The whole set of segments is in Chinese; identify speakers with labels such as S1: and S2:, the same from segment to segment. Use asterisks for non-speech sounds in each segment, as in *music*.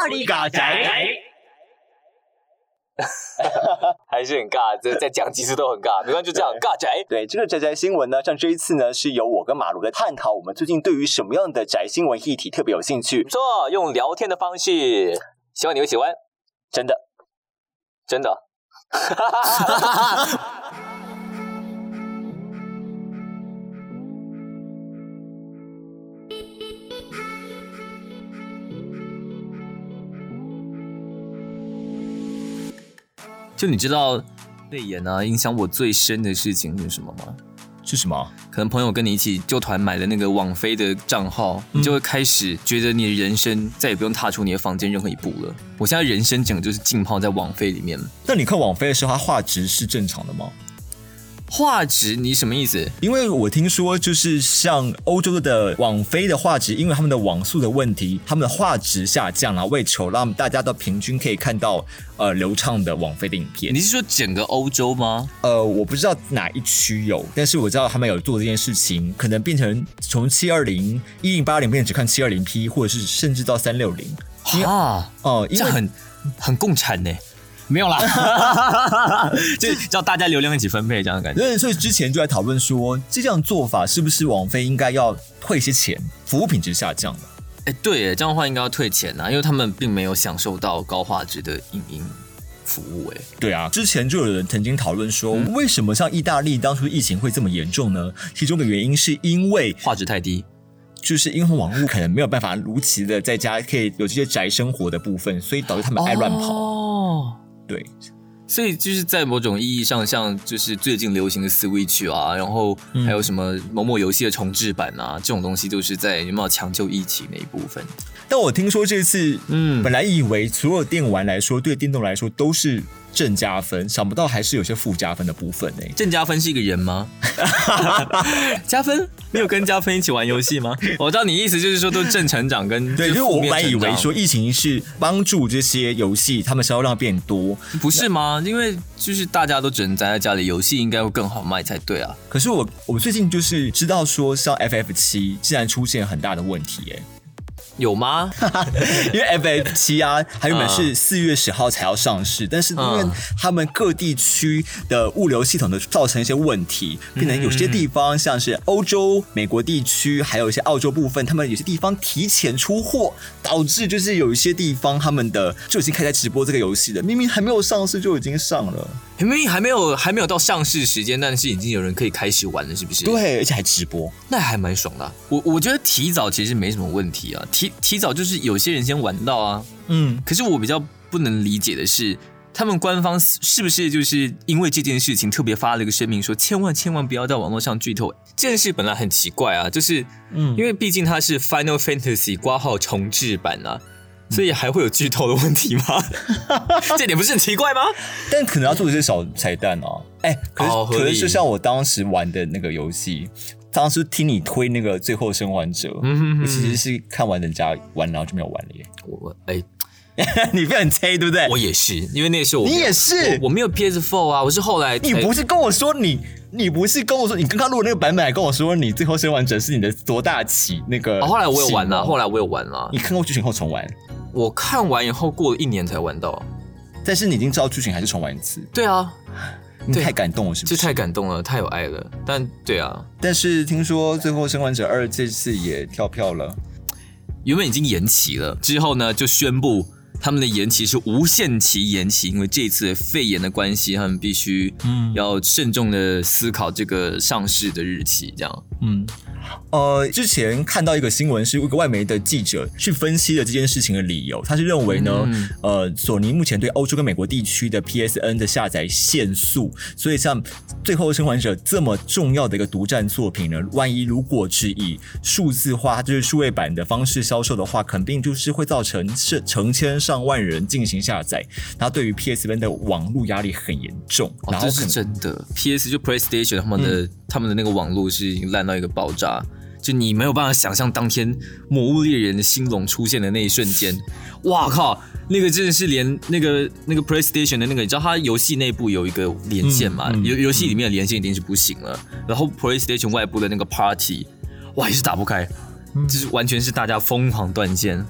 S1: ホリ搞宅，
S2: 还是很尬，这再讲几次都很尬，没关系，就这样尬宅。
S3: 对这个宅宅新闻呢，像这一次呢，是由我跟马卢来探讨我们最近对于什么样的宅新闻议题特别有兴趣
S2: 没。错，用聊天的方式，希望你会喜欢，
S3: 真的，
S2: 真的。
S4: *laughs* 就你知道泪眼啊，影响我最深的事情是什么吗？
S1: 是什么？
S4: 可能朋友跟你一起就团买的那个网飞的账号，你就会开始觉得你的人生再也不用踏出你的房间任何一步了。我现在人生整个就是浸泡在网飞里面，
S1: 那你看网飞的时候，它画质是正常的吗？
S4: 画质你什么意思？
S1: 因为我听说，就是像欧洲的网飞的画质，因为他们的网速的问题，他们的画质下降了、为求让大家都平均可以看到呃流畅的网飞的影片
S4: 你。是说整个欧洲吗？
S1: 呃，我不知道哪一区有，但是我知道他们有做这件事情，可能变成从七二零一零八零变成只看七二零 P，或者是甚至到三六零。
S4: 啊，
S1: 哦，因
S4: 这
S1: 为
S4: 很很共产呢、没有啦， *laughs* 就是叫大家流量一起分配这样的感 *laughs* 觉。
S1: 对，所以之前就在讨论说，这样做法是不是网飞应该要退一些钱，服务品质下降了？
S4: 哎，对耶，这样的话应该要退钱啊，因为他们并没有享受到高画质的影音服务。哎，
S1: 对啊，之前就有人曾经讨论说，
S4: 嗯
S1: 为什么像意大利当初疫情会这么严重呢？其中的原因是因为
S4: 画质太低。
S1: 就是因为网络可能没有办法如期的在家可以有这些宅生活的部分，所以导致他们爱乱跑。
S4: 哦，
S1: 对，
S4: 所以就是在某种意义上，像就是最近流行的 Switch 啊，然后还有什么某某游戏的重置版啊，这种东西都是在有没有抢救疫情那一部分。
S1: 但我听说这次，
S4: 嗯
S1: 嗯，本来以为所有电玩来说，对电动来说都是正加分，想不到还是有些负加分的部分呢、
S4: 郑嘉芬是一个人
S1: *laughs*
S4: 吗？加分？你有跟加分一起玩游戏吗？我知道你意思就是说都是正成长跟
S1: 对，因为
S4: 负
S1: 我本
S4: 面
S1: 来以
S4: 成
S1: 为
S4: 长
S1: 说疫情是帮助这些游戏他们销量变多，
S4: 不是吗？因为就是大家都只能宅在家里，游戏应该会更好卖才对啊。
S1: 可是我我最近就是知道说，像 FF 七竟然出现很大的问题 *laughs* 耶、
S4: 有吗？
S1: 因为 FF 七啊，它原本是四月十号才要上市，但是因为
S4: 嗯
S1: 他们各地区的物流系统的造成一些问题，变成有些地方像是欧洲、美国地区，还有一些澳洲部分，他们有些地方提前出货，导致就是有一些地方他们的就已经开始直播这个游戏了，明明还没有上市就已经上了，
S4: 明明还没有还没有到上市时间，但是已经有人可以开始玩了，是不是？，
S1: 对，而且还直播。
S4: 那还蛮爽的啊、我我觉得提早其实没什么问题啊，提提早就是有些人先玩到啊。
S1: 嗯，
S4: 可是我比较不能理解的是，他们官方是是不是就是因为这件事情特别发了一个声明说，千万千万不要在网络上剧透。这件事本来很奇怪啊，就是嗯
S1: 嗯，
S4: 因为毕竟它是 Final Fantasy 挂号重置版啊。
S1: 嗯
S4: 所以还会有剧透的问
S1: *laughs*
S4: 题吗？这点不是很奇怪吗？
S1: 但可能要做一些小彩蛋哦、哎、可是、
S4: 哦合理
S1: 可是就像我当时玩的那个游戏，当时听你推那个《最后生还者》
S4: 嗯哼哼
S1: 我其实是看完人家玩，然后就没有玩了耶。 *laughs*
S4: 我哎、
S1: 你不要很催，对不对？
S4: 我也是，因为那时候我
S1: 你也是
S4: 我，我没有 PS4 啊，我是后来
S1: 你
S4: 才
S1: 不是跟我说你，你不是跟我说你刚刚录的那个版本，还跟我说你《最后生还者》是你的多大起那个、
S4: 哦，后来我有玩了，后
S1: 来
S4: 来我有玩了，
S1: 你看过剧情后重玩，
S4: 我看完以后过了一年才玩到。
S1: 但是你已经知道剧情，还是重玩一次？
S4: 对啊，
S1: 你
S4: 对
S1: 太感动了，是不
S4: 这
S1: 是？
S4: 太感动了，太有爱了。但对啊，
S1: 但是听说《最后生还者二》这次也跳票了。
S4: 原本已经延期了，之后呢就宣布他们的延期是无限期延期，因为这一次肺炎的关系，他们必须要慎重的思考这个上市的日期。这样，
S1: 嗯，呃，之前看到一个新闻，是一个外媒的记者去分析了这件事情的理由。他是认为呢，
S4: 嗯
S1: 呃，索尼目前对欧洲跟美国地区的 PSN 的下载限速，所以像《最后生还者》这么重要的一个独占作品呢，万一如果是以数字化，就是数位版的方式销售的话，肯定就是会造成是成千上万人进行下载，那对于 PSN 的网络压力很严重，
S4: 哦
S1: 然，后
S4: 这
S1: 可
S4: 是
S1: 能
S4: 真的。P.S. 就 PlayStation 他们的、他们的那个网络是已经烂到一个爆炸，就你没有办法想象当天《魔物猎人》的兴隆出现的那一瞬间，哇靠！那个真的是连那个那个 PlayStation 的那个，你知道它游戏内部有一个连线嘛？
S1: 嗯嗯
S4: 游、游戏里面的连线一定是不行了，然后 PlayStation 外部的那个 Party，哇也是打不开，就是完全是大家疯狂断线。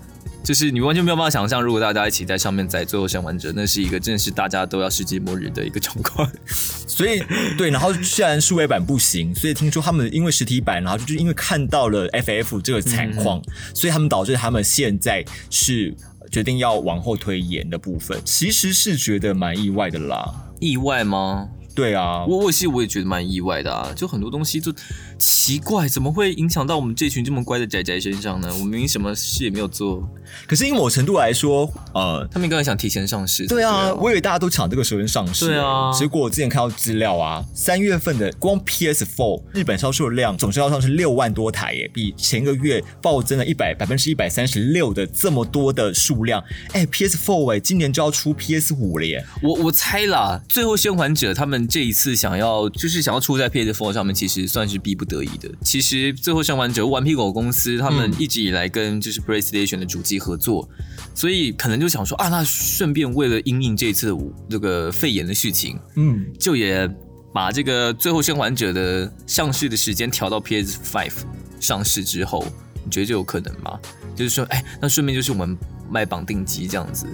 S4: 就是你完全没有办法想象，如果大家一起在上面载《最后生还者》，那是一个真的是大家都要世界末日的一个状况。 *laughs*
S1: 所以对，然后虽然数位版不行，所以听说他们因为实体版，然后就是因为看到了 FF 这个惨况，所以他们导致他们现在是决定要往后推延的部分，其实是觉得蛮意外的啦。
S4: 意外吗？
S1: 对啊，
S4: 我我其实我也觉得蛮意外的啊，就很多东西就奇怪，怎么会影响到我们这群这么乖的仔仔身上呢？我们明明什么事也没有做，
S1: 可是因为某程度来说，呃，
S4: 他们应该很想提前上市。
S1: 对啊，我以为大家都抢这个时间上市，
S4: 对啊
S1: 结果我之前看到资料啊，三月份的光 PS4 日本销售量总销售量是六万多台耶，比前个月暴增了一百百分之一百三十六的这么多的数量。哎，PS4 哎，今年就要出 PS5 了耶。
S4: 我我猜啦，最后生还者他们这一次想要就是想要出在 PS4 上面，其实算是逼不得已的。其实最后生还者顽皮狗公司他们一直以来跟就是 PlayStation 的主机合作，所以可能就想说啊，那顺便为了因应这次这个肺炎的事情，
S1: 嗯，
S4: 就也把这个最后生还者的上市的时间调到 PS Five 上市之后，你觉得就有可能吗？就是说，哎，那顺便就是我们卖绑定机这样子，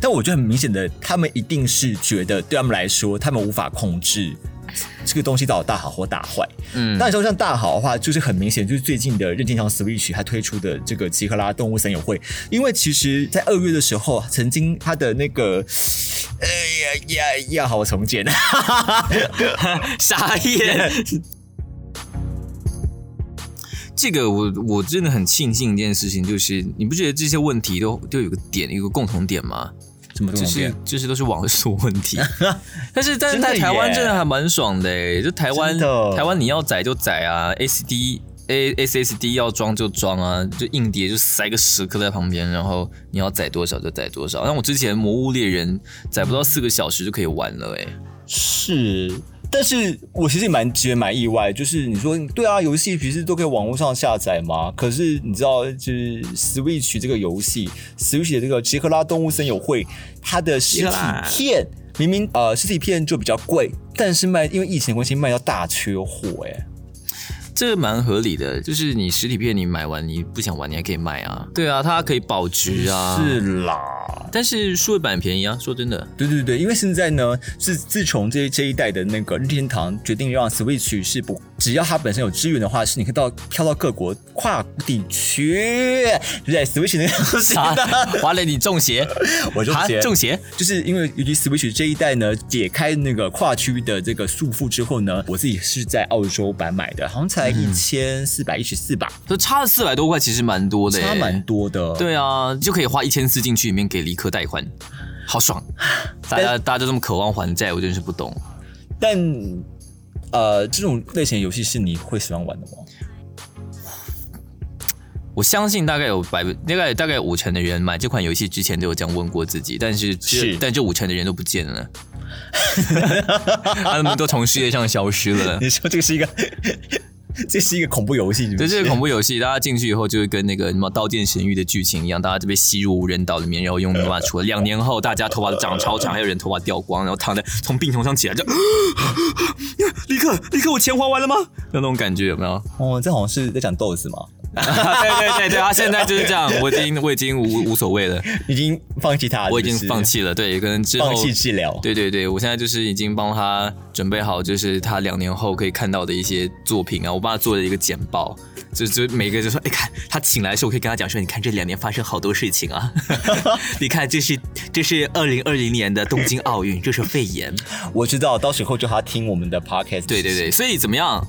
S1: 但我觉得很明显的，他们一定是觉得对他们来说，他们无法控制这个东西到底大好或大坏。
S4: 嗯
S1: 那你说像大好的话，就是很明显，就是最近的任天堂 Switch 它推出的这个吉克拉动物森友会，因为其实在二月的时候，曾经它的那个，哎呀呀呀，好我重 *laughs* 建，
S4: *laughs* 傻眼。这个我我真的很庆幸一件事情，就是你不觉得这些问题都都有个点，有个共同点吗？
S1: 怎么
S4: 就是就是都是网速问
S1: *laughs*
S4: 题，但是但是
S1: 真的
S4: 在台湾
S1: 耶
S4: 真的还蛮爽的诶，就台湾
S1: 真的
S4: 台湾你要载就载啊，SD A SSD 要装就装啊，就硬碟就塞个十颗在旁边，然后你要载多少就载多少。那我之前《魔物猎人》载不到四个小时就可以玩了欸诶，
S1: 是，但是我其实也蛮觉得蛮意外，就是你说对啊，游戏其实都可以网络上下载嘛，可是你知道，就是 Switch 这个游戏，Switch 的这个杰克拉动物森友会，它的实
S4: 杰
S1: 体
S4: 克拉
S1: 片明明呃实体片就比较贵，但是卖因为疫情的关系卖到大缺货、欸，哎，
S4: 这个蛮合理的，就是你实体片你买完你不想玩你还可以卖啊，对啊，它可以保值啊，，
S1: 是啦。
S4: 但是数位版便宜啊，说真
S1: *laughs*
S4: 的，
S1: 对对对，因为现在呢，是自从这这一代的那个任天堂决定让 Switch 是不，只要它本身有资源的话，是你可以到跳到各国跨地区，就在 Switch 那个东西
S4: 啊
S1: 呢，，
S4: 完了你中邪，
S1: *laughs* 我就
S4: 啊
S1: 觉
S4: 中
S1: 得。
S4: 邪。
S1: 就是因为尤其 Switch 这一代呢，解开那个跨区的这个束缚之后呢，我自己是在澳洲版买的，好像才一千四百一十四吧，
S4: 就差了四百多块，其实蛮多的耶，欸
S1: 差蛮多的。
S4: 对啊，就可以花一千四进去里面给离科贷款，好爽！大家大家都这么渴望还债，我真是不懂。
S1: 但呃，这种类型的游戏是你会喜欢玩的吗？
S4: 我相信大概有百分大概大概五成的人买这款游戏之前都有这样问过自己，但是这
S1: 是
S4: 但这五成的人都不见了，他们都从世界上消失了。
S1: *laughs* 你说这个是一个，这是一个恐怖游戏，是不
S4: 对，
S1: 是
S4: 这个恐怖游戏，大家进去以后就会跟那个什么《刀剑神域》的剧情一样，大家就被吸入无人岛里面，然后用没办法除了。两年后，大家头发都长超长，还有人头发掉光，然后躺在从病床上起来就，立刻立刻我钱还完了吗？那种感觉有没有？
S1: 哦，这好像是在讲豆子嘛，
S4: 对对对对，他现在就是这样，我已经我已经无无所谓了，
S1: 已经放弃它了，
S4: 我已经
S1: 是不是
S4: 放弃了。对，可能之后
S1: 放弃治疗。
S4: 对对对，我现在就是已经帮他准备好，就是他两年后可以看到的一些作品啊，我帮他做了一个简报，就就每个就说，哎，看他请来的时候，我可以跟他讲说，你看这两年发生好多事情
S1: *laughs*
S4: 啊，你看这是这是二零二零年的东京奥运，这是肺炎，
S1: 我知道，到时候就他听我们的 podcast。
S4: 对对对，，所以怎么样？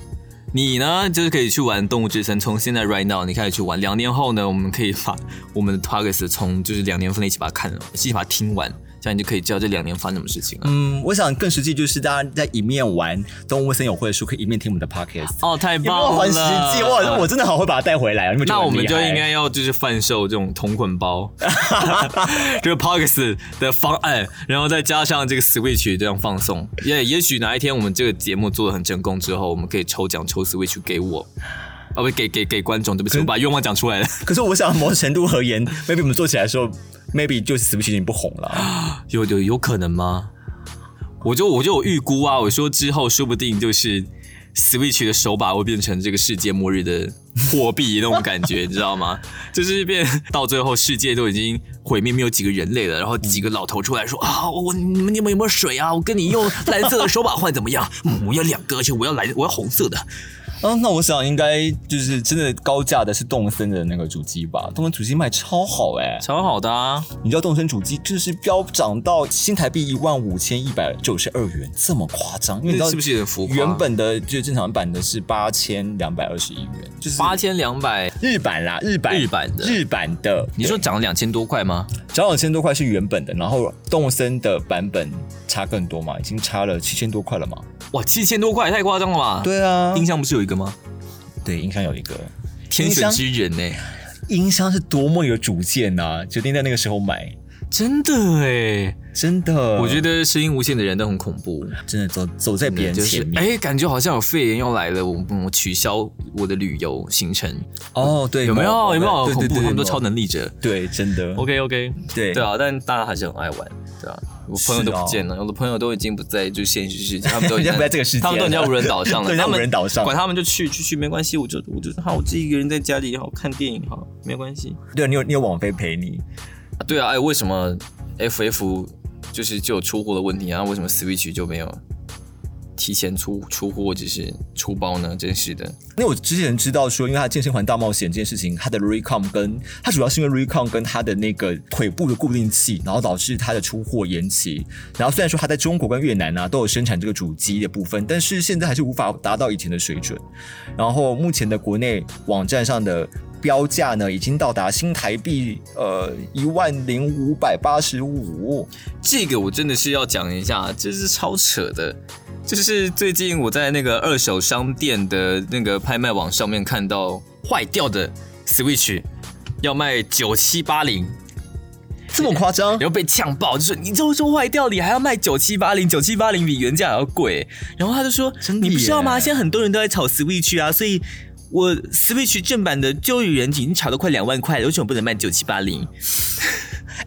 S4: 你呢，就是可以去玩《动物之森》，从现在 right now 你开始去玩，两年后呢，我们可以把我们的 p o d c a s t 从就是两年份的一起把它看了，一起把它听完，这样你就可以知道这两年发生什么事情了。
S1: 嗯，我想更实际就是大家在一面玩动物森友会的时候，可以一面听我们的 podcast。
S4: *laughs* 哦，太
S1: 有没
S4: 棒了！
S1: 有很实际？哇，我真的好会把它带回来啊！你们
S4: 那我们就应该要就是贩售这种同捆 *laughs* 包，就是 Pox 的方案，然后再加上这个 Switch 这样放送。也、也许哪一天我们这个节目做的很成功之后，我们可以抽奖抽 Switch 给我，啊不给给给观众，对不起，我把愿望讲出来了。
S1: 可是我想，某种程度而言，maybe 我们做起来的时候，maybe 就 Switch 已经不红了。
S4: 有有有可能吗？我就我就有预估啊，我说之后说不定就是 Switch 的手把会变成这个世界末日的货币那种感觉，你知道吗？ *laughs* 就是变到最后世界都已经毁灭，没有几个人类了，然后几个老头出来说啊，我你们你们有没有水啊？我跟你用蓝色的手把换怎么样？嗯，我要两个，而且我要蓝，我要红色的。
S1: 啊，那我想应该就是真的高价的是动森的那个主机吧？动森主机卖超好哎、
S4: 超好的啊！
S1: 你知道动森主机就是飙涨到新台币一万五千一百九十二元，这么夸张？因为你知道
S4: 是不是有点浮夸
S1: 原本的就是正常版的是八千两百二十一元，就是
S4: 八千两百，
S1: 日版啦，日版
S4: 日版的
S1: 日版的，
S4: 你说涨了两千多块吗？
S1: 涨两千多块是原本的，然后动森的版本差更多嘛，已经差了七千多块了嘛？
S4: 哇，七千多块，太夸张了吧？，
S1: 对啊，
S4: 冰箱不是有一个吗？
S1: 对音箱有一个
S4: 天选之人呢、
S1: 音箱是多么有主见呐、决定在那个时候买。
S4: 真的哎、
S1: 真的，
S4: 我觉得声音无限的人都很恐怖，
S1: 真的走走在别人
S4: 就是
S1: 前面。
S4: 哎、感觉好像有肺炎要来了，我我取消我的旅游行程，
S1: 哦，对，
S4: 有没有？有没有很
S1: 对
S4: 恐
S1: 对
S4: 怖？
S1: 对
S4: 他们都
S1: 有
S4: 超能力者。
S1: 对，真的。
S4: OK OK，
S1: 对
S4: 对啊，但大家还是很爱玩，对啊。我朋友都不见了，我的朋友都已经不在就现实世界，他们都已经
S1: 人家不在这个世界
S4: 他
S1: 了
S4: 们都已经在无人岛上了，
S1: 对在
S4: 他们
S1: 无人岛上
S4: 管他们就去去去，没关系，我就我就好，我自己一个人在家里好看电影好，没关系。
S1: 对，啊你有你有网飞陪你，
S4: 啊对啊，哎，为什么 FF 就是就有出货的问题啊？为什么 Switch 就没有提前出出货，就是出包呢？真是的，
S1: 因为我之前知道说，因为他健身环大冒险这件事情，他的 Recon 跟他主要是因为 Recon 跟他的那个腿部的固定器，然后导致他的出货延期。然后虽然说他在中国跟越南啊都有生产这个主机的部分，但是现在还是无法达到以前的水准。然后目前的国内网站上的。标价呢，已经到达新台币呃一万零五百八十五，
S4: 这个我真的是要讲一下，这是超扯的。就是最近我在那个二手商店的那个拍卖网上面看到坏掉的 Switch 要卖九七八零，
S1: 这么夸张？
S4: 然后被呛爆，就说你就说坏掉，你还要卖九七八零，九七八零比原价还要贵。然后他就说，
S1: 真的
S4: 你
S1: 耶
S4: 不知道吗？现在很多人都在炒 Switch 啊，所以我 Switch 正版的就有人已经炒到快两万块了，为什么不能卖九七八零？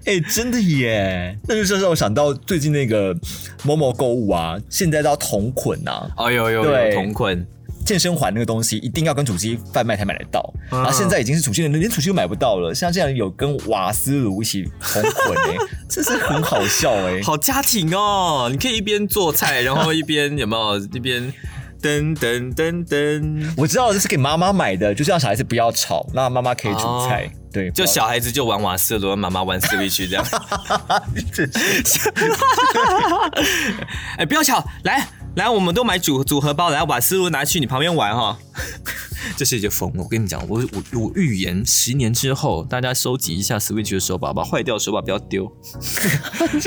S1: 哎、真的耶！那就是让我想到最近那个某某购物啊，现在到同捆啊，
S4: 哎呦呦
S1: 对
S4: 呦，同捆，
S1: 健身环那个东西一定要跟主机贩卖才买得到，
S4: 啊
S1: 然后现在已经是主机人连主机都买不到了，像这样有跟瓦斯炉一起同
S4: *laughs*
S1: 捆哎、这是很好笑哎、
S4: 好家庭哦！你可以一边做菜，然后一边 *laughs* 有没有一边噔噔噔噔，
S1: 我知道这是给妈妈买的，就是让小孩子不要吵，让妈妈可以煮菜。对，
S4: 就
S1: 不要
S4: 小孩子就玩瓦斯轮，妈妈玩 Switch *laughs* 这样。哎，不要吵，来来，我们都买组组合包，来瓦斯炉拿去你旁边玩哈。 *laughs* 这是一个疯了，我跟你讲，我我我预言十年之后，大家收集一下 Switch 的手把，把坏掉的手把不要 *laughs* 丢，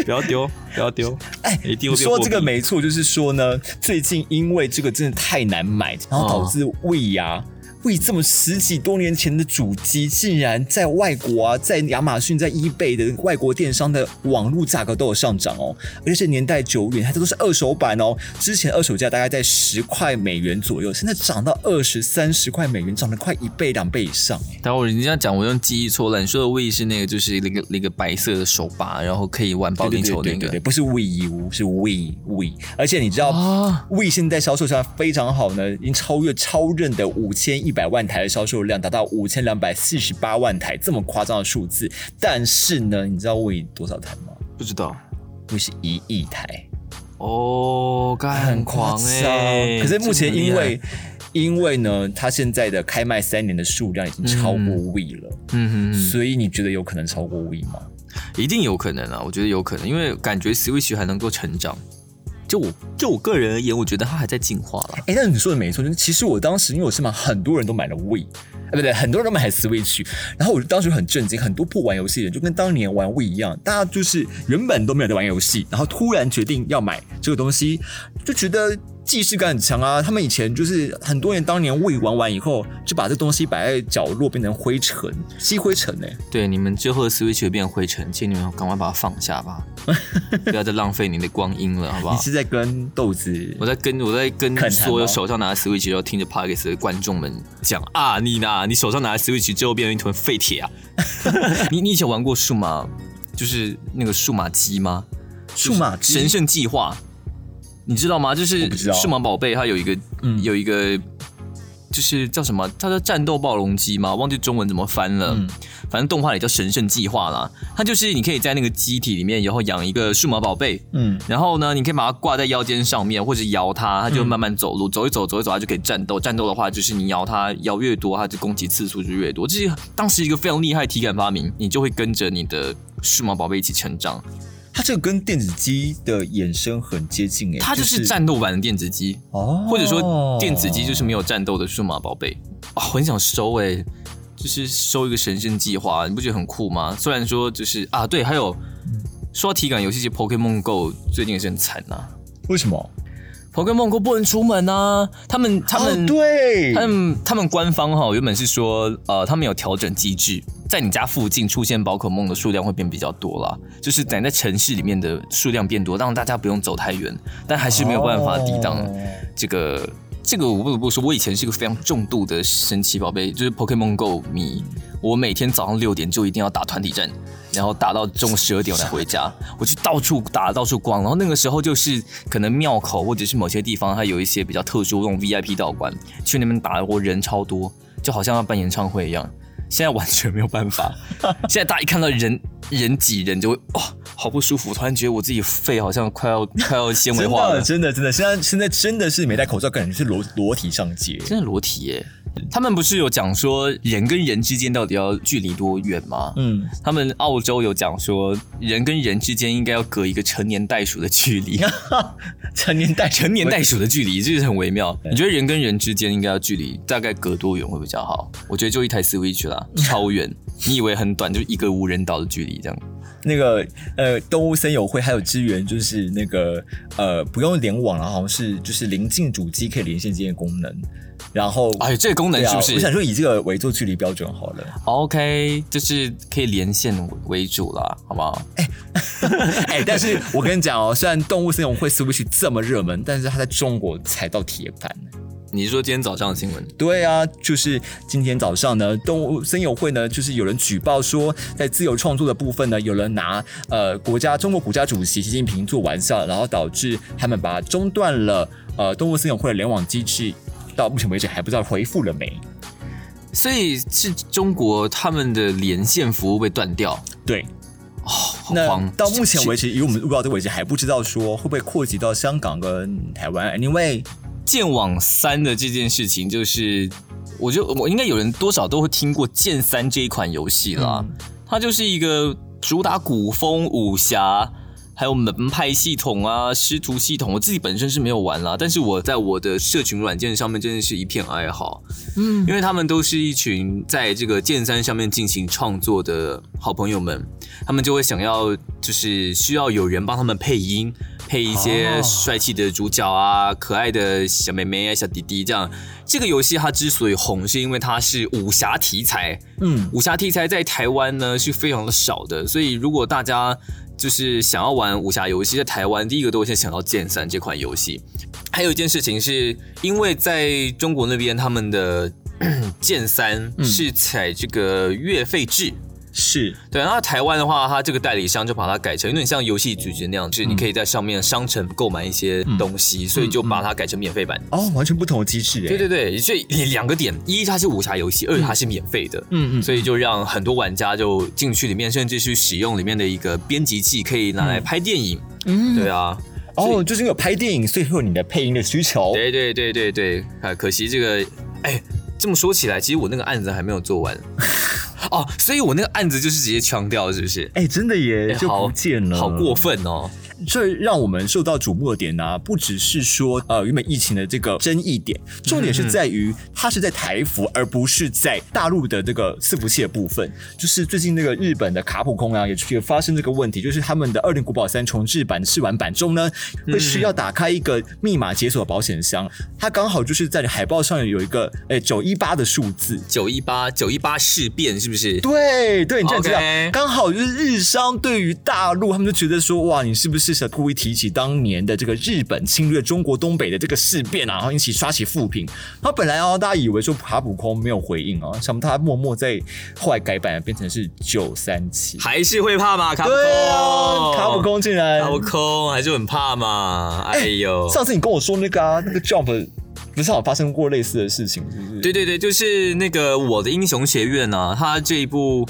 S4: 不要丢，不要丢，哎，一定会
S1: 你
S4: 变
S1: 说
S4: 货
S1: 这个
S4: 币
S1: 没错，就是说呢，最近因为这个真的太难买，然后
S4: 哦
S1: 导致魏呀、魏这么十几多年前的主机，竟然在外国啊，在亚马逊、在 eBay 的外国电商的网络价格都有上涨哦，而且是年代久远，它这都是二手版哦。之前二手价大概在十块美元左右，现在涨到二十三十块美元，涨了快一倍、两倍以上。欸
S4: 待会儿你这样讲，我用记忆错了。你说的卫是那个，就是那个那个白色的手把，然后可以玩保龄球
S1: 对
S4: 那
S1: 对对对
S4: 个
S1: 对，不是 We U，是 We We。而且你知道、
S4: 啊
S1: We 现在销售量非常好呢，已经超越超任的五千一百万台的销售量，达到五千两百四十八万台，这么夸张的数字。但是呢，你知道 We 多少台吗
S4: 不知道。
S1: ？We 是一亿台，
S4: 哦，干很狂哎、
S1: 可是目前因
S4: 这很厉
S1: 为
S4: 害
S1: 因为呢，它现在的开卖三年的数量已经超过 We 了，
S4: 嗯嗯
S1: 所以你觉得有可能超过 We 吗？
S4: 嗯，一定有可能啊，我觉得有可能，因为感觉 Switch 还能够成长。就我就我个人而言，我觉得它还在进化啦。
S1: 哎、但你说的没错，就是其实我当时因为我身旁很多人都买了 We，啊不对，很多人都买了 Switch，然后我当时很震惊，很多不玩游戏的人就跟当年玩 We 一样，大家就是原本都没有在玩游戏，然后突然决定要买这个东西，就觉得既视感很强啊。他们以前就是很多人当年 We 玩完以后，就把这东西摆在角落变成灰尘，吸灰尘欸呢、
S4: 对，你们之后的 Switch 会变灰尘，请你们赶快把它放下 *laughs* 吧，不要再浪费你的光阴了，好不
S1: 你
S4: 好？
S1: 是在跟豆子
S4: 我在跟我在
S1: 恳
S4: 跟
S1: 谈吗
S4: 所有手上拿着 Switch 然后听着 Podcast 的观众们讲啊，你呐，你手上拿着 Switch 之后变成一团废铁
S1: *laughs*
S4: 啊！你你以前玩过数码，就是那个数码机吗？
S1: 数码
S4: 就是神
S1: 机
S4: 圣计划，你知道吗？就
S1: 我
S4: 是
S1: 不知道
S4: 数码宝贝，它有一个、
S1: 嗯
S4: 有一个就是叫什么，它叫战斗暴龙机嘛，忘记中文怎么翻了。
S1: 嗯
S4: 反正动画里叫神圣计划啦，它就是你可以在那个机体里面，然后养一个数码宝贝，
S1: 嗯，
S4: 然后呢，你可以把它挂在腰间上面，或者摇它，它就会慢慢走路，走一走，走一走，它就可以战斗。战斗的话，就是你摇它，摇越多，它就攻击次数就越多。这是当时一个非常厉害的体感发明，你就会跟着你的数码宝贝一起成长。
S1: 它这个跟电子机的衍生很接近诶、
S4: 它就是战斗版的电子鸡，
S1: 哦，
S4: 或者说电子鸡就是没有战斗的数码宝贝啊，很想收哎、就是收一个神圣计划，你不觉得很酷吗？虽然说就是啊，对，还有说到体感游戏，其实 Pokemon Go 最近也是很惨啊呐、
S1: 为什么？
S4: Pokemon Go 不能出门啊，他们他们、
S1: 哦、对，
S4: 他们他们官方哈、原本是说，呃，他们有调整机制，在你家附近出现宝可梦的数量会变比较多啦，就是等在城市里面的数量变多，让大家不用走太远，但还是没有办法抵挡
S1: 哦
S4: 这个。这个我不得不说，我以前是一个非常重度的神奇宝贝，就是 Pokemon Go 迷。我每天早上六点就一定要打团体战，然后打到中午十二点我才回家。我去到处打，到处逛。然后那个时候就是可能庙口或者是某些地方，它有一些比较特殊那种 VIP 道馆，去那边打，我人超多，就好像要办演唱会一样。现在完全没有办法，现在大家一看到人人挤人就会哇、好不舒服，突然觉得我自己肺好像快要快要纤维
S1: 真
S4: 化了
S1: 的，真的真的，现在现在真的是没戴口罩，感觉是裸裸体上街。
S4: 真的裸体耶。他们不是有讲说人跟人之间到底要距离多远吗？
S1: 嗯，
S4: 他们澳洲有讲说人跟人之间应该要隔一个成年袋鼠的距 *laughs* 离，
S1: 成年代
S4: 成年袋鼠的距离，这是很微妙。你觉得人跟人之间应该要距离大概隔多远会比较好？我觉得就一台 Switch *laughs* 啦，超远。你以为很短，就一个无人岛的距离这样。
S1: 那个呃，动物森友会还有支援，就是那个呃，不用联网了，好像是就是临近主机可以连线这些功能。然后，
S4: *laughs* 哎，这个功能
S1: 对啊
S4: 是不是、
S1: 我想说以这个为做距离标准好了。
S4: o k 就是可以连线为主啦，好不好？
S1: 哎、但是我跟你讲哦，虽然动物森友会 Switch 这么热门，但是它在中国踩到铁板。
S4: 你是说今天早上的新闻？
S1: 对啊，就是今天早上呢，动物森友会呢，就是有人举报说，在自由创作的部分呢，有人拿呃国家中国国家主席习近平做玩笑，然后导致他们把中断了呃动物森友会的联网机制，到目前为止还不知道回复了没。
S4: 所以是中国他们的连线服务被断掉，
S1: 对，
S4: 好
S1: 那
S4: 慌。
S1: 到目前为止，以我们录到这为止，还不知道说会不会扩及到香港跟台湾。Anyway，
S4: 剑网三的这件事情，就是我就我应该有人多少都会听过剑三这一款游戏啦，
S1: 嗯
S4: 它就是一个主打古风武侠。还有门派系统啊，师徒系统，我自己本身是没有玩啦，但是我在我的社群软件上面真的是一片哀嚎，嗯，因为他们都是一群在这个剑三上面进行创作的好朋友们，他们就会想要就是需要有人帮他们配音，配一些
S1: 哦
S4: 帅气的主角啊，可爱的小妹妹啊、小弟弟这样。这个游戏它之所以红，是因为它是武侠题材，
S1: 嗯，
S4: 武侠题材在台湾呢是非常的少的，所以如果大家就是想要玩武侠游戏，在台湾第一个都会先想到《剑三》这款游戏。还有一件事情是，因为在中国那边他们的《剑三》是采这个月费制。
S1: 是
S4: 对，那台湾的话，它这个代理商就把它改成有点像游戏主角那样，就是你可以在上面商城购买一些东西，所以就把它改成免费版。
S1: 哦，完全不同的机制、欸。
S4: 对对对，所以两个点，一它是武侠游戏，二它是免费的。
S1: 嗯，嗯嗯，
S4: 所以就让很多玩家就进去里面，甚至去使用里面的一个编辑器，可以拿来拍电影。嗯，对啊，
S1: 哦，就是因为有拍电影，所以会有你的配音的需求。
S4: 对对对对对，啊，可惜这个，哎，这么说起来，其实我那个案子还没有做 *laughs* 完。哦，所以我那个案子就是直接枪掉，是不是？
S1: 哎、真的耶，
S4: 哎
S1: 就
S4: 好
S1: 不见了，
S4: 好过。分哦！
S1: 这让我们受到瞩目的点呢、不只是说呃原本疫情的这个争议点，重点
S4: 嗯
S1: 是在于它是在台服，而不是在大陆的这个伺服器的部分。就是最近那个日本的卡普空啊，也也发生这个问题，就是他们的《二零古堡三》重置版试玩版中呢，会需要打开一个密码解锁的保险箱，它刚好就是在海报上有一个哎九一八的数字，
S4: 九一八九一八事变是不是？
S1: 对对，你这样知道
S4: OK
S1: 刚好就是日商对于大陆，他们就觉得说，哇，你是不是想故意提起当年的这个日本侵略中国东北的这个事变啊，然后引起刷起负评。然后本来哦，大家以为说卡普空没有回应啊，想不到他默默在后来改版变成是九三七。
S4: 还是会怕吗？卡普
S1: 对啊，
S4: 空，
S1: 卡普，空竟然
S4: 卡。普空还是很怕嘛？哎呦，
S1: 上次你跟我说那个啊，那个 Jump 至少发生过类似的事情，是不是？
S4: 对对对，就是那个《我的英雄学院》啊，它这一部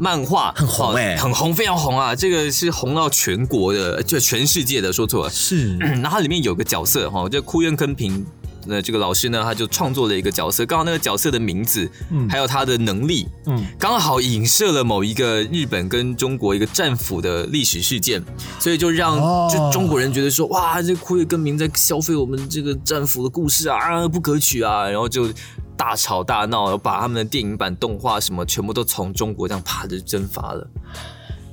S4: 漫画
S1: 很红
S4: 哦
S1: 欸
S4: 很红，非常红啊！这个是红到全国的，就全世界的，说错了。
S1: 是
S4: *clears throat* 那它里面有个角色哈，就哭院坑平。那这个老师呢，他就创作了一个角色，刚好那个角色的名字，
S1: 嗯
S4: 还有他的能力，
S1: 嗯
S4: 刚好影射了某一个日本跟中国一个战俘的历史事件，所以就让
S1: 哦
S4: 就中国人觉得说，哇，这库页根明在消费我们这个战俘的故事啊，啊不可取啊，然后就大吵大闹，然后把他们的电影版、动画什么全部都从中国这样啪就蒸发了。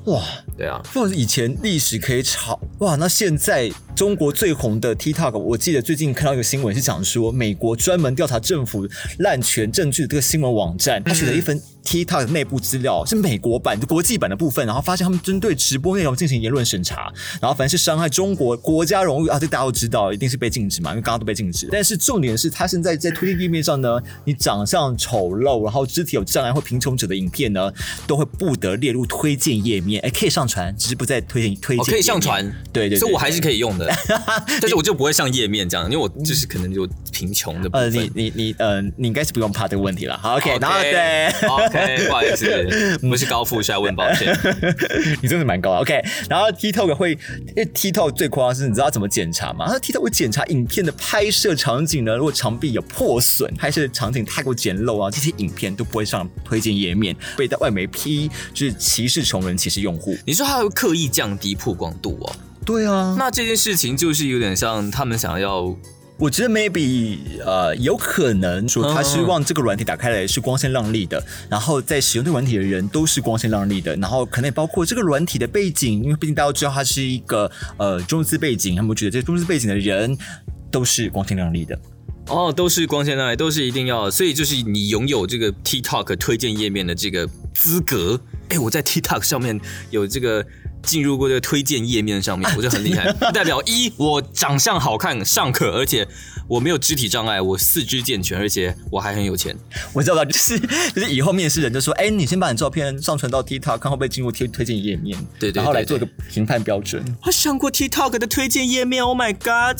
S1: 哇，
S4: 对啊，
S1: 这种以前历史可以炒哇，那现在中国最红的 TikTok，我记得最近看到一个新闻是讲说，美国专门调查政府滥权证据的这个新闻网站，他取得一份 TikTok 的内部资料，是美国版、国际版的部分，然后发现他们针对直播内容进行言论审查，然后凡是伤害中国国家荣誉啊，这大家都知道，一定是被禁止嘛，因为刚刚都被禁止。但是重点是，他现在在推荐页面上呢，你长相丑陋，然后肢体有障碍或贫穷者的影片呢，都会不得列入推荐页面，哎，可以上传，只是不在推荐哎推
S4: 我、哦
S1: 荐、
S4: 可以上传，，
S1: 对对对
S4: 所以我还是可以
S1: *laughs*
S4: 用的，但是我就不会上页面这样，因为我就是可能有贫穷的部
S1: 呃，
S4: 分。
S1: 你你你呃，你应该是不用怕这个问题了。好，OK，然后
S4: OK，
S1: 对。
S4: ，OK，不好意
S1: *laughs*
S4: 思，不是高富帅，问抱歉。
S1: 你真的蛮高的，OK。然后 TikTok 会，因为 TikTok 最夸张是，你知道它怎么检查吗？它 TikTok 会检查影片的拍摄场景呢，如果墙壁有破损，拍摄场景太过简陋啊，这些影片都不会上推荐页面，被外媒批就是歧视穷人、歧视用户。
S4: 你说他有刻意降低曝光度哦？
S1: 对啊，
S4: 那这件事情就是有点像他们想要
S1: 我觉得 maybe 呃，有可能说他
S4: 嗯
S1: 希望这个软体打开来是光鲜亮丽的，然后在使用这个软体的人都是光鲜亮丽的，然后可能也包括这个软体的背景，因为毕竟大家都知道它是一个呃中资背景，他们觉得这中资背景的人都是光鲜亮丽的。
S4: 哦，都是光鲜亮丽，都是一定要，所以就是你拥有这个 TikTok 推荐页面的这个资格。哎，我在 TikTok 上面有这个进入过这个推荐页面上面，
S1: 啊
S4: 我就很厉害，
S1: *laughs*
S4: 不代表一我长相好看尚可，而且我没有肢体障碍，我四肢健全，而且我还很有钱。
S1: 我知道了，就是 *laughs* 就是以后面试人就说，哎，你先把你照片上传到 TikTok，看会不会进入推推荐页面，
S4: 对对对
S1: 然后来
S4: 对
S1: 做一个评判标准。
S4: 我上过 TikTok 的推荐页面，Oh my God！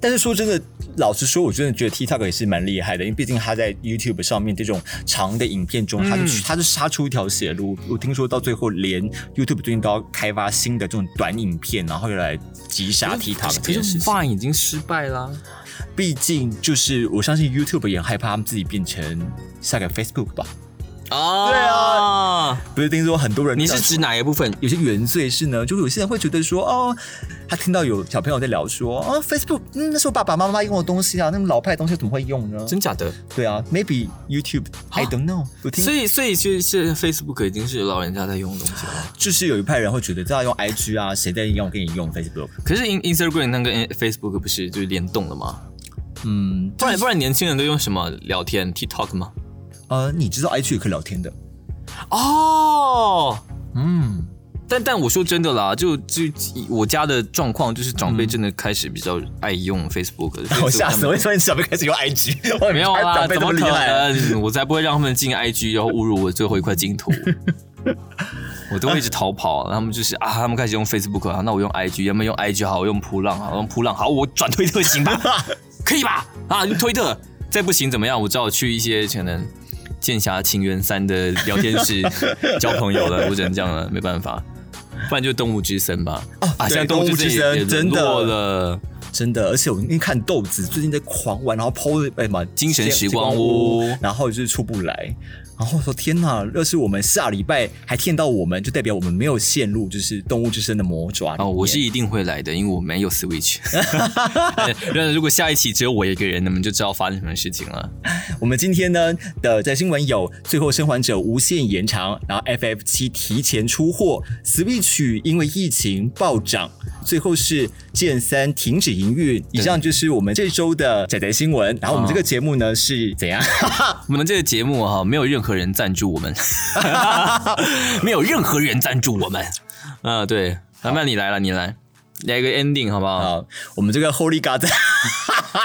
S1: 但是说真的，老实说，我真的觉得 TikTok 也是蛮厉害的，因为毕竟他在 YouTube 上面这种长的影片中，
S4: 嗯
S1: 他就、他就杀出一条血路。我听说到最后，连 YouTube 最近都要开发新的这种短影片，然后又来击杀 TikTok
S4: 可
S1: 这
S4: 是
S1: 件事情。
S4: Vine 已经失败啦、
S1: 毕竟就是我相信 YouTube 也很害怕他们自己变成下个 Facebook 吧。
S4: 啊
S1: 对
S4: 啊，
S1: 不是听说很多人
S4: 你是指哪一部分？
S1: 有些原罪是呢，就有些人会觉得说，哦，他听到有小朋友在聊说，哦，Facebook，嗯，那是我爸爸妈妈用的东西啊，那么老派的东西怎么会用呢？
S4: 真假的？
S1: 对啊，maybe YouTube I don't know，我听
S4: 所以，所以其实是 Facebook 已经是老人家在用的东西了。
S1: 就是有一派人会觉得，这要用 IG 啊，谁在用给你用 Facebook？
S4: 可是 In Instagram 那跟 Facebook 不是就是联动了吗？
S1: 嗯，
S4: 不然不然，年轻人都用什么聊天？TikTok 吗？
S1: 呃，你知道 IG 也可以聊天的，
S4: 哦，
S1: 嗯，
S4: 但但我说真的啦，就就以我家的状况，就是长辈真的开始比较爱用 Facebook *laughs* 了。
S1: *laughs* 我吓死
S4: 所以
S1: 我！为什么你小辈开始用 *laughs* IG？我
S4: 他们没有啦，
S1: 长辈
S4: 怎
S1: 这
S4: 么
S1: 厉
S4: 可
S1: 害啊？
S4: 能？我才不会让他们进 IG，然后侮辱我最后一块净
S1: *laughs*
S4: 土。我都会一直逃跑，他们就是啊，他们开始用 Facebook 啊，那我用 IG，要么用 IG 好，我用扑浪好，我用扑浪好，我转推特行
S1: *laughs*
S4: 吧？可以吧？啊，推特，再不行怎么样？我只好去一些可能《剑侠情缘三》的聊天
S1: *laughs*
S4: 室交朋友了，我只能这样了，没办法，不然就动物之森吧。啊，
S1: 哦对
S4: 现在动物之
S1: 动物
S4: 森
S1: 之
S4: 也
S1: 森真的
S4: 也沦落了，
S1: 真的，而且我那天看豆子最近在狂玩，然后 PO 哎嘛
S4: 精神时光屋
S1: 然后就是出不来。然后我说天哪，要是我们下礼拜还见到我们，就代表我们没有陷入就是动物之声的魔爪里
S4: 哦，我
S1: 面
S4: 是一定会来的，因为我没有 Switch。那如果下一期只有我一个人，你们就知道发生什么事情了。
S1: 我们今天呢的在新闻有《最后生还者》无限延长，然后 FF 七提前出货，Switch 因为疫情暴涨，最后是剑三停止营运。以上就是我们这周的仔仔新闻。然后我们这个节目呢是怎样？
S4: 我们这个节目哈、没有任何人赞助我们，没有任何人赞助我们。啊、对，老曼你来了，你来，来个 ending 好不好？
S1: *laughs* 好，我们这个 Holy God *laughs*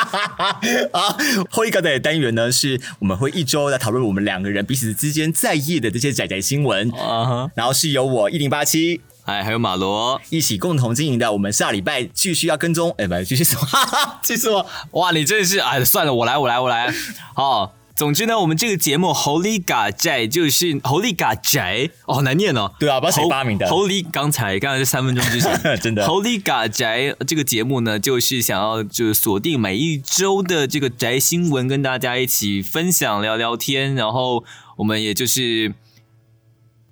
S1: 啊，Holy God 的单元呢，是我们会一周来讨论我们两个人彼此之间在意的这些仔仔新闻。
S4: 啊哈，
S1: 然后是由我一零八七，
S4: 还哎，还有马罗，
S1: 一起共同经营的，我们下礼拜继续要跟踪，哎，不是，继续什么？哈哈 *laughs* 继续什么？
S4: 哇，你真的是哎，算了，我来，我来，我
S1: *laughs*
S4: 来。好，总之呢，我们这个节目《侯里嘎宅》就是《侯里嘎宅》，哦，好难念哦。
S1: 对啊不知道谁发明的
S4: 侯里刚才刚才是三分钟之前
S1: *laughs* 真的
S4: 《侯里嘎宅》这个节目呢，就是想要就是锁定每一周的这个宅新闻，跟大家一起分享聊聊天，然后我们也就是。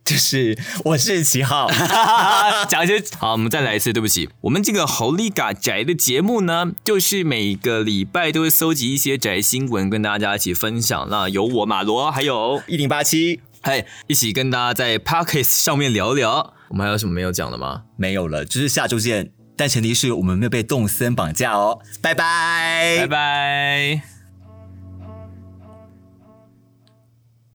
S1: 就是我是齐浩，
S4: *laughs* 讲一些好，我们再来一次，对不起。我们这个侯利嘎宅的节目呢，就是每个礼拜都会搜集一些宅新闻，跟大家一起分享。那有我马罗，还有
S1: 一零八七
S4: 哎，一起跟大家在 Pockets 上面聊聊。我们还有什么没有讲的吗？
S1: 没有了，就是下周见。但前提是我们没有被动森绑架哦，拜拜，
S4: 拜拜。